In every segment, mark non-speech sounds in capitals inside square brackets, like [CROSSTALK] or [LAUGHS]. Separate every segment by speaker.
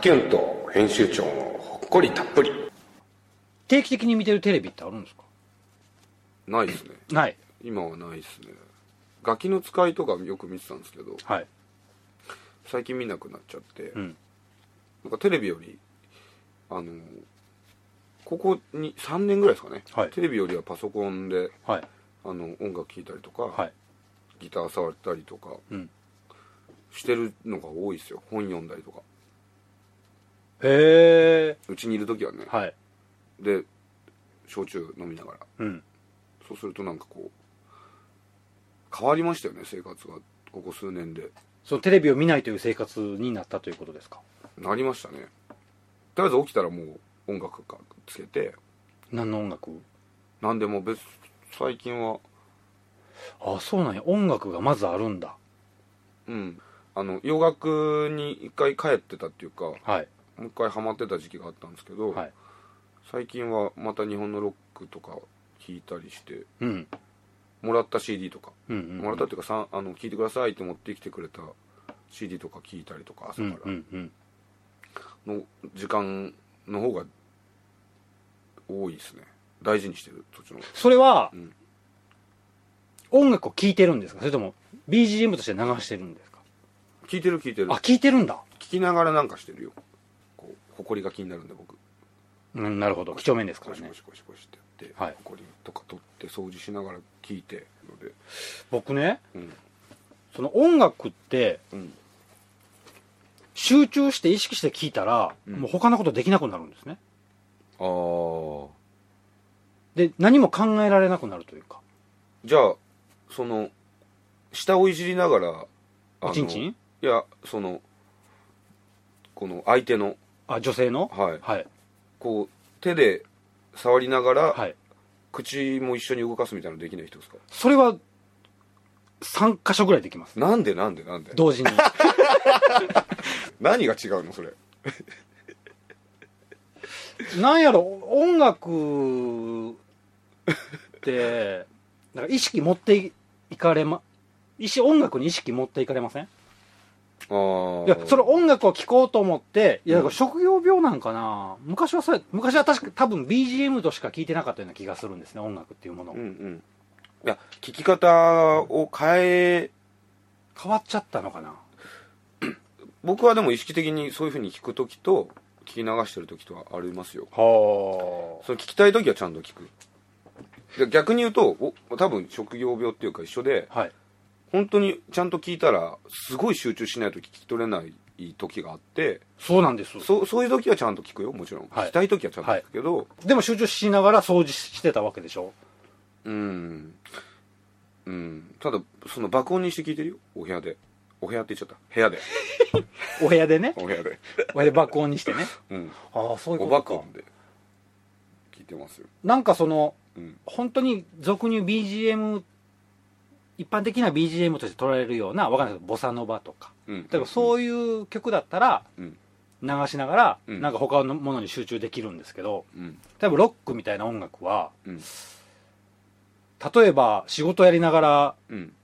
Speaker 1: キュンと編集長のほっこりたっぷり
Speaker 2: 定期的に見てるテレビってあるんですか
Speaker 3: ないですね
Speaker 2: ない
Speaker 3: 今はないですねガキの使いとかよく見てたんですけど
Speaker 2: はい
Speaker 3: 最近見なくなっちゃって、
Speaker 2: うん
Speaker 3: なんかテレビよりあのここに3年ぐらいですかね、
Speaker 2: はい
Speaker 3: テレビよりはパソコンで
Speaker 2: はい
Speaker 3: あの音楽聴いたりとか、
Speaker 2: はい
Speaker 3: ギター触ったりとか
Speaker 2: うん
Speaker 3: してるのが多いですよ本読んだりとか
Speaker 2: へえ
Speaker 3: うちにいる時はね、
Speaker 2: はい
Speaker 3: で焼酎飲みながら
Speaker 2: うん
Speaker 3: そうするとなんかこう変わりましたよね生活がここ数年で
Speaker 2: そのテレビを見ないという生活になったということですか
Speaker 3: なりましたねとりあえず起きたらもう音楽かつけて
Speaker 2: 何の音楽
Speaker 3: 何でも別最近は
Speaker 2: あそうなんや音楽がまずあるんだ
Speaker 3: うんあの洋楽に一回帰ってたっていうかも
Speaker 2: はい、
Speaker 3: う一回ハマってた時期があったんですけど、
Speaker 2: はい、
Speaker 3: 最近はまた日本のロックとか聴いたりして
Speaker 2: うん
Speaker 3: もらった CD とか、
Speaker 2: うんうん
Speaker 3: もらったっていうかさんあの聴いてくださいって持ってきてくれた CD とか聴いたりとか朝
Speaker 2: うん
Speaker 3: か
Speaker 2: うんうん
Speaker 3: らの時間の方が多いですね大事にしてるそっちの方が
Speaker 2: それは、
Speaker 3: うん
Speaker 2: 音楽を聴いてるんですかそれとも BGM として流してるんですか
Speaker 3: 聴いてる聴いてる
Speaker 2: あ
Speaker 3: 聴
Speaker 2: 聴いてるんだ、
Speaker 3: きながらなんかしてるよこう埃が気になるんで僕
Speaker 2: うん、なるほど几帳面ですか
Speaker 3: ゴ
Speaker 2: ら
Speaker 3: シ
Speaker 2: ね
Speaker 3: ゴシゴシゴシってやって、
Speaker 2: はい
Speaker 3: 埃とか取って掃除しながら聞いてので
Speaker 2: 僕ね
Speaker 3: うん
Speaker 2: その音楽って
Speaker 3: うん
Speaker 2: 集中して意識して聴いたら、
Speaker 3: うん
Speaker 2: もう他のことできなくなるんですね
Speaker 3: ああ
Speaker 2: で何も考えられなくなるというか
Speaker 3: じゃあその下をいじりながらあの
Speaker 2: おちんちん
Speaker 3: いやそのこの相手の
Speaker 2: あ女性の
Speaker 3: はい
Speaker 2: はい
Speaker 3: こう手で触りながら、
Speaker 2: はい
Speaker 3: 口も一緒に動かすみたいなのできない人ですか
Speaker 2: それは3箇所ぐらいできます
Speaker 3: なんでなんでなんで
Speaker 2: 同
Speaker 3: [LAUGHS]
Speaker 2: 時に
Speaker 3: 何が違うのそれ
Speaker 2: なんやろ音楽ってなんか意識持っていかれま意識音楽に意識持っていかれません
Speaker 3: ああ
Speaker 2: いやそれ音楽を聴こうと思っていや
Speaker 3: うん
Speaker 2: これ職業病なんかな、昔はそうや昔は確か多分 BGM としか聴いてなかったような気がするんですね音楽っていうもの、
Speaker 3: うんうんいや聞き方を変え
Speaker 2: 変わっちゃったのかな
Speaker 3: 僕はでも意識的にそういうふうに聞く時と聞き流してる時とはありますよ
Speaker 2: は
Speaker 3: その聞きたい時はちゃんと聞くで逆に言うとお多分職業病っていうか一緒で
Speaker 2: はい
Speaker 3: 本当にちゃんと聞いたらすごい集中しないと聞き取れない時があって
Speaker 2: そうなんです
Speaker 3: そそういう時はちゃんと聞くよもちろん、
Speaker 2: はい
Speaker 3: 聞きたい時はちゃんと聞くけど、
Speaker 2: でも集中しながら掃除してたわけでしょ
Speaker 3: うんうんただその爆音にして聞いてるよお部屋でお部屋って言っちゃった部屋で
Speaker 2: お部屋 [LAUGHS] でね
Speaker 3: お部屋で
Speaker 2: お部屋で爆音にしてね
Speaker 3: うん
Speaker 2: ああそういう
Speaker 3: お
Speaker 2: こと
Speaker 3: 爆
Speaker 2: か
Speaker 3: 音で聞いてますよ
Speaker 2: なんかその
Speaker 3: うん
Speaker 2: 本当に俗に言う BGM 一般的な BGM として捉えるようなわかんないけどボサノバとか
Speaker 3: うん
Speaker 2: 例えばそういう曲だったら
Speaker 3: うん
Speaker 2: 流しながら
Speaker 3: うん
Speaker 2: なんか他のものに集中できるんですけど
Speaker 3: うん
Speaker 2: 例えばロックみたいな音楽は
Speaker 3: うん
Speaker 2: 例えば仕事やりながら
Speaker 3: うん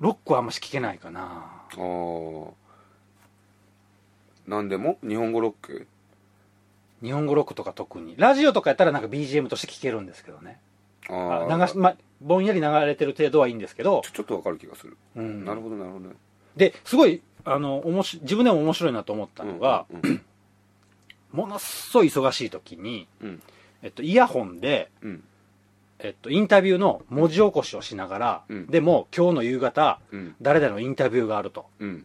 Speaker 2: ロックはあんまし聴けないかな
Speaker 3: ああ何でも日本語ロック
Speaker 2: 日本語ロックとか特にラジオとかやったらなんか BGM として聴けるんですけどね
Speaker 3: あ
Speaker 2: あ
Speaker 3: あ
Speaker 2: 流し、ま、ぼんやり流れてる程度はいいんですけど
Speaker 3: ち、ょちょっとわかる気がする、
Speaker 2: うん
Speaker 3: なるほどなるほどね
Speaker 2: ですごいあのおもし自分でも面白いなと思ったのが、
Speaker 3: うんうん
Speaker 2: ものすごい忙しい時に、
Speaker 3: うん
Speaker 2: えっと、イヤホンで、
Speaker 3: うん
Speaker 2: えっと、インタビューの文字起こしをしながら、
Speaker 3: うん
Speaker 2: でも今日の夕方
Speaker 3: うん
Speaker 2: 誰々のインタビューがあると
Speaker 3: うん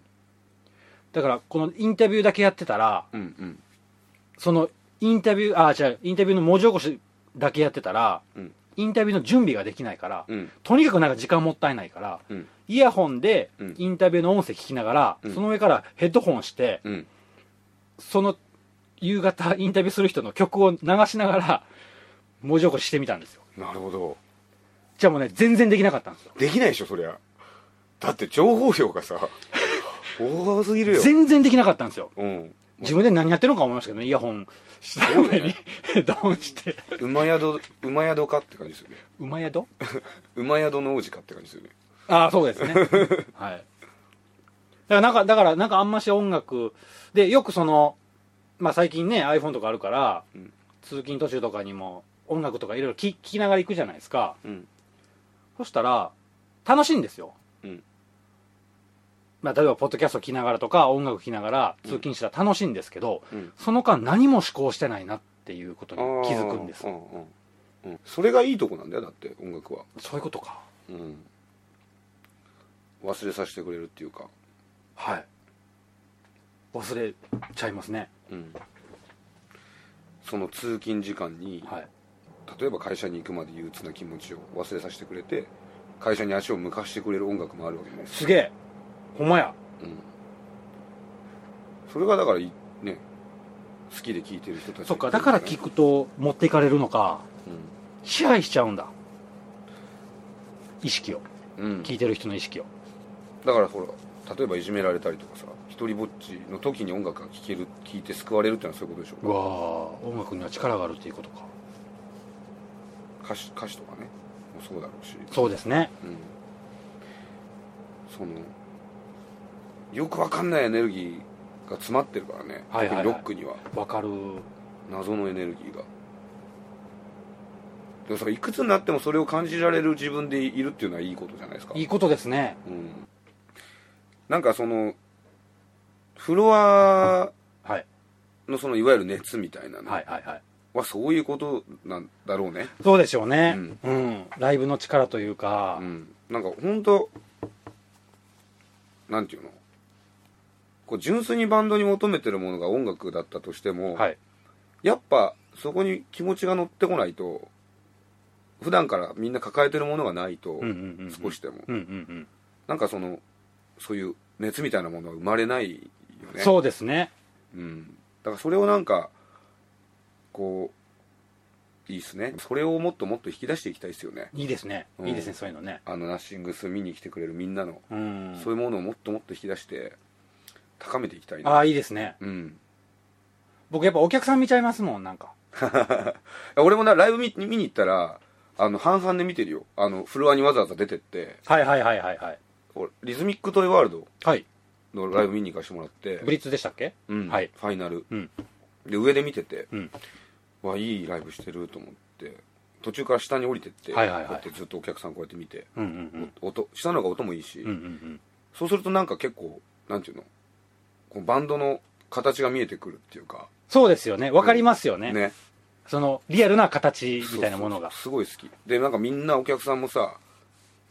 Speaker 2: だからこのインタビューだけやってたら
Speaker 3: うんうん
Speaker 2: そのインタビューあ違うインタビューの文字起こしだけやってたら、
Speaker 3: うん
Speaker 2: インタビューの準備ができないから、
Speaker 3: うん
Speaker 2: とにかくなんか時間もったいないから、
Speaker 3: うん
Speaker 2: イヤホンで
Speaker 3: うん
Speaker 2: インタビューの音声聞きながら、
Speaker 3: うん
Speaker 2: その上からヘッドホンして、
Speaker 3: うん
Speaker 2: その夕方 [LAUGHS] インタビューする人の曲を流しながら文字起こししてみたんですよ。
Speaker 3: なるほど
Speaker 2: じゃあもうね、全然できなかったんですよ。
Speaker 3: できないでしょそりゃだって情報量がさ多すぎるよ
Speaker 2: 全然できなかったんですよ。
Speaker 3: うん
Speaker 2: 自分で何やってるのか思いましたけどね、イヤホンした上
Speaker 3: そう
Speaker 2: に
Speaker 3: ね
Speaker 2: [LAUGHS] ヘッドホンして。
Speaker 3: 馬宿馬宿かって感じですよね
Speaker 2: 馬宿 [LAUGHS]
Speaker 3: 馬宿の王子かって感じですよね
Speaker 2: ああ、そうですね。はい。からなんか、だからなんかあんまし音楽、で、よくその、まあ最近ね、iPhone とかあるから、
Speaker 3: うん
Speaker 2: 通勤途中とかにも音楽とかいろいろ聞聞きながら行くじゃないですか。
Speaker 3: うん
Speaker 2: そしたら、楽しいんですよ。
Speaker 3: うん
Speaker 2: まあ例えば、ポッドキャスト聞きながらとか、音楽聞きながら通勤したら楽しいんですけど、
Speaker 3: うん
Speaker 2: その間何も思考してないなっていうことに気づくんです
Speaker 3: う。んうんうん、それがいいとこなんだよだって音楽は、
Speaker 2: そういうことか。
Speaker 3: うん、忘れさせてくれるっていうか、
Speaker 2: はい。忘れちゃいますね。
Speaker 3: うん、その通勤時間に、
Speaker 2: はい。
Speaker 3: 例えば会社に行くまで憂鬱な気持ちを忘れさせてくれて会社に足を向かしてくれる音楽もあるわけです
Speaker 2: すげえ。ほんまや。
Speaker 3: うん、それがだからいね好きで聴いてる人たち
Speaker 2: そっか、だから聞くと持っていかれるのか。支配しちゃうんだ。意識を。
Speaker 3: うん、うん、
Speaker 2: 聞いてる人の意識を。
Speaker 3: だからほら例えばいじめられたりとかさ一人ぼっちの時に音楽が聴ける聴いて救われるってのはそういうことでし
Speaker 2: う
Speaker 3: ょ
Speaker 2: わー音楽には力があるっていうことか。
Speaker 3: 歌詞歌詞とかねもそうだろうし
Speaker 2: そうですね。
Speaker 3: うん、そのよくわかんないエネルギーが詰まってるからね、
Speaker 2: はいはいはい
Speaker 3: 特にロックには
Speaker 2: わかる。
Speaker 3: 謎のエネルギーがでもそれいくつになってもそれを感じられる自分でいるっていうのはいいことじゃないですか
Speaker 2: いいことですね。
Speaker 3: うん、なんかそのフロア
Speaker 2: はい。
Speaker 3: のそのいわゆる熱みたいなの
Speaker 2: はいはいはい。
Speaker 3: はそういうことなんだろうね、
Speaker 2: そうでしょうね。
Speaker 3: うん
Speaker 2: うん。ライブの力というか
Speaker 3: う、ん、なんか本当なんていうのこう純粋にバンドに求めてるものが音楽だったとしても、
Speaker 2: はい。
Speaker 3: やっぱそこに気持ちが乗ってこないと普段からみんな抱えてるものがないと、
Speaker 2: うんうんうんうん。
Speaker 3: 少し。でも
Speaker 2: うんうん
Speaker 3: なんかそのそういう熱みたいなものは生まれないよ
Speaker 2: うん。
Speaker 3: ね
Speaker 2: そうですね。
Speaker 3: うん、だからそれをなんかこういいっすねそれをもっともっと引き出していきたいですよね
Speaker 2: いいですね。
Speaker 3: うん
Speaker 2: いいですね、そういうのね。
Speaker 3: あのナッシングス見に来てくれるみんなの、
Speaker 2: うん。
Speaker 3: そういうものをもっともっと引き出して高めていきたい
Speaker 2: あ
Speaker 3: な
Speaker 2: あ、いいですね。
Speaker 3: うん
Speaker 2: 僕やっぱお客さん見ちゃいますもん、なんか。
Speaker 3: 俺もなライブ見見に行ったらあの半々で見てるよあのフロアにわざわざ出てって
Speaker 2: はいはいはいはいはい。
Speaker 3: 俺リズミックトイワールド
Speaker 2: はい。
Speaker 3: のライブ見に行かせてもらって、
Speaker 2: ブリッツでしたっけ
Speaker 3: うん
Speaker 2: はい
Speaker 3: ファイナル、
Speaker 2: うん
Speaker 3: で上で見てて、
Speaker 2: うん
Speaker 3: わいいライブしてると思って途中から下に降りてって、
Speaker 2: はいはいはい
Speaker 3: こうやってずっとお客さんこうやって見て、
Speaker 2: うんうん
Speaker 3: 音下の方が音もいいし、
Speaker 2: うん。うんうん
Speaker 3: そうするとなんか結構なんていうのこうバンドの形が見えてくるっていうか
Speaker 2: そうですよね。わかりますよね。
Speaker 3: ね
Speaker 2: その、リアルな形みたいなものが。
Speaker 3: そうそうそうすごい好きでなんかみんなお客さんもさ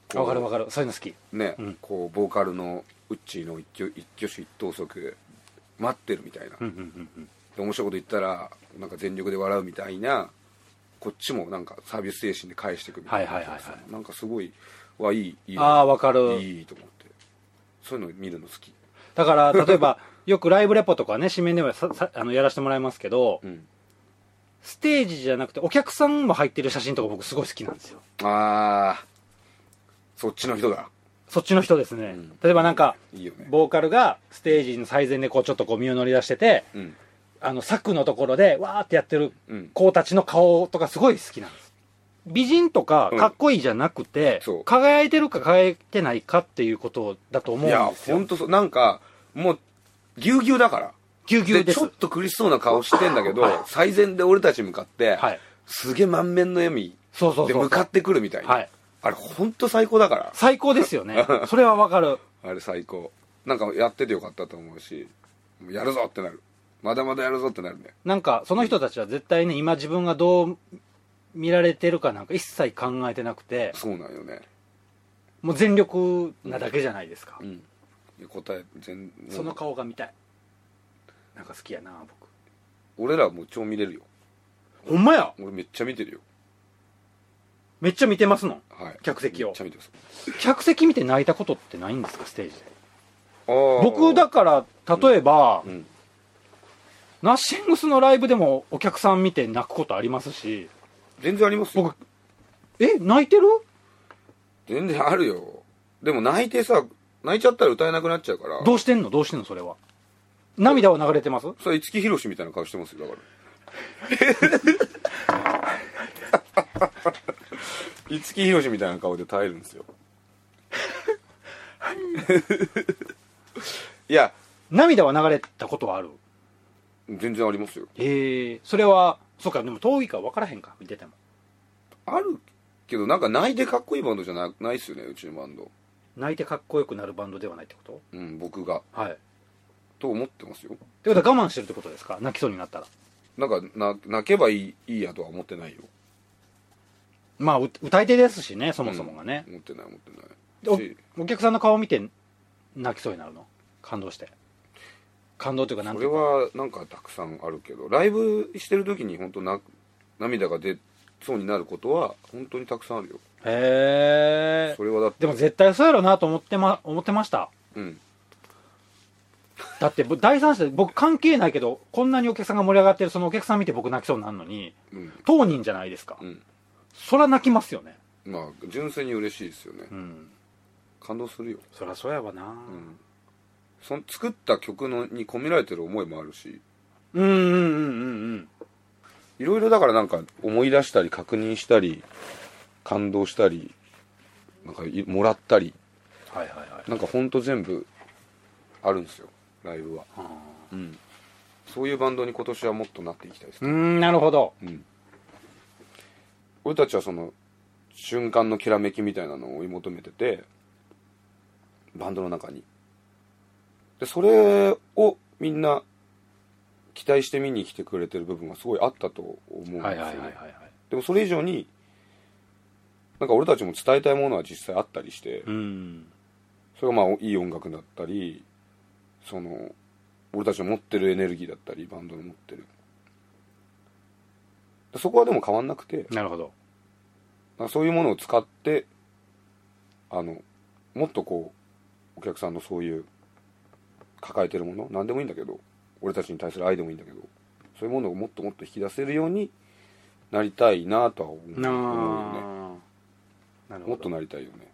Speaker 3: こう
Speaker 2: わかるわかる。そういうの好き。
Speaker 3: ね、
Speaker 2: うん
Speaker 3: こうボーカルのウッチーの一挙一挙手一投足で待ってるみたいな、
Speaker 2: うんうんうんうん。
Speaker 3: で面白いこと言ったらなんか全力で笑うみたいなこっちもなんかサービス精神で返してくみたいな、
Speaker 2: はいはいはいは
Speaker 3: なんかすごいはいいいい
Speaker 2: ああ、わかる。
Speaker 3: いいと思ってそういうの見るの好き
Speaker 2: だから、例えば、 [LAUGHS] よくライブレポとかね、紙面ではささあのやらせてもらいますけど、
Speaker 3: うん
Speaker 2: ステージじゃなくて、お客さんも入ってる写真とか僕すごい好きなんですよ。
Speaker 3: ああそっちの人だ
Speaker 2: そっちの人ですね。
Speaker 3: うん
Speaker 2: 例えばなんか、
Speaker 3: いいよね
Speaker 2: ボーカルがステージの最前でこう、ちょっとこう身を乗り出してて、
Speaker 3: うん
Speaker 2: あの、柵のところで、わーってやってる
Speaker 3: うん
Speaker 2: 子たちの顔とかすごい好きなんです。美人とか
Speaker 3: うん
Speaker 2: かっこいいじゃなくて、
Speaker 3: そう
Speaker 2: 輝いてるか輝いてないかっていうことだと思う
Speaker 3: いや
Speaker 2: んですよ。
Speaker 3: 本当そうなんかもうぎゅうぎゅうだから
Speaker 2: ぎゅうぎゅうで
Speaker 3: ですちょ。っと苦しそうな顔してんだけど、最善で俺たち向かって、
Speaker 2: はい。
Speaker 3: すげえ満面の笑み
Speaker 2: そうそうそう
Speaker 3: で向かってくるみたいな
Speaker 2: はい。
Speaker 3: あれ本当最高だから
Speaker 2: 最高ですよ
Speaker 3: [LAUGHS]
Speaker 2: ね。それはわかる。
Speaker 3: あれ最高なんかやっててよかったと思うしもうやるぞってなるまだまだやるぞってなるね
Speaker 2: なんか、その人たちは絶対ね、今自分がどう見られてるかなんか一切考えてなくて、
Speaker 3: そうなんよね
Speaker 2: もう全力なだけじゃないですか
Speaker 3: う。んいや答え全
Speaker 2: その
Speaker 3: もう
Speaker 2: 顔が見たい。なんか好きやな、
Speaker 3: 俺らもう超見れるよ
Speaker 2: 僕。ほんまや
Speaker 3: 俺めっちゃ見てるよ
Speaker 2: めっちゃ見てますの。
Speaker 3: はい
Speaker 2: 客席を
Speaker 3: めっちゃ見てます
Speaker 2: 客席見て泣いたことってないんですか、ステージで。
Speaker 3: あー
Speaker 2: 僕、だから、例えば、
Speaker 3: うん
Speaker 2: ナッシングスのライブでもお客さん見て泣くことありますし、
Speaker 3: 全然ありますよ
Speaker 2: 僕、え、泣いてる
Speaker 3: 全然あるよでも泣いてさ泣いちゃったら歌えなくなっちゃうから
Speaker 2: どうしてんのどうしてんのそれは。涙は流れてます
Speaker 3: それ五木ひろしみたいな顔してますよだから [LAUGHS] 五木ひろしみたいな顔で耐えるんですよいや
Speaker 2: 涙は流れたことはある
Speaker 3: 全然ありますよ
Speaker 2: ええそれはそうかでも遠いから分からへんか見てても
Speaker 3: あるけどなんか泣いてかっこいいバンドじゃなないっすよねうちのバンド
Speaker 2: 泣いてかっこよくなるバンドではないってこと
Speaker 3: うん僕が
Speaker 2: はいって
Speaker 3: と思ってますよ
Speaker 2: ことは我慢してるってことですか泣きそうになったら
Speaker 3: なんかな泣けばいいいいやとは思ってないよ
Speaker 2: まあう歌い手ですしねそもそもがね、
Speaker 3: 思ってない思ってない
Speaker 2: お
Speaker 3: し
Speaker 2: お客さんの顔見て泣きそうになるの感動して感動というかなん
Speaker 3: そ
Speaker 2: てい
Speaker 3: れ
Speaker 2: うか
Speaker 3: はなんかたくさんあるけどライブしてる時に本当な涙が出そうになることは本当にたくさんあるよ
Speaker 2: へえ
Speaker 3: それはだって
Speaker 2: でも絶対そうやろなと思ってま思ってました
Speaker 3: うん
Speaker 2: だって僕第三者で僕関係ないけどこんなにお客さんが盛り上がってるそのお客さん見て僕泣きそうになるのに
Speaker 3: うん
Speaker 2: 当人じゃないですか、
Speaker 3: うん
Speaker 2: そら泣きますよね
Speaker 3: まあ純粋に嬉しいですよね
Speaker 2: うん
Speaker 3: 感動するよ
Speaker 2: そらそうやわな
Speaker 3: うんその作った曲のに込められてる思いもあるし
Speaker 2: うんうんうんうんうん
Speaker 3: いろいろだからなんか思い出したり確認したり感動したりなんかいもらったり
Speaker 2: はいはいはい
Speaker 3: なんかほんと全部あるんですよライブは、
Speaker 2: あ
Speaker 3: うん、そういうバンドに今年はもっとなっていきたいです
Speaker 2: ーうーんなるほど
Speaker 3: うん、俺たちはその瞬間のきらめきみたいなのを追い求めててバンドの中にでそれをみんな期待して見に来てくれてる部分はすごいあったと思うんですよね、
Speaker 2: はいはいはいはいはい
Speaker 3: でもそれ以上になんか俺たちも伝えたいものは実際あったりして、
Speaker 2: うん
Speaker 3: それがまあいい音楽だったりその俺たちの持ってるエネルギーだったりバンドの持ってるそこはでも変わんなくて
Speaker 2: なるほど
Speaker 3: なんかそういうものを使ってあのもっとこうお客さんのそういう抱えてるもの何でもいいんだけど俺たちに対する愛でもいいんだけどそういうものをもっともっと引き出せるようになりたいなとは思う
Speaker 2: なあ
Speaker 3: 思うよね
Speaker 2: なるほど
Speaker 3: もっとなりたいよね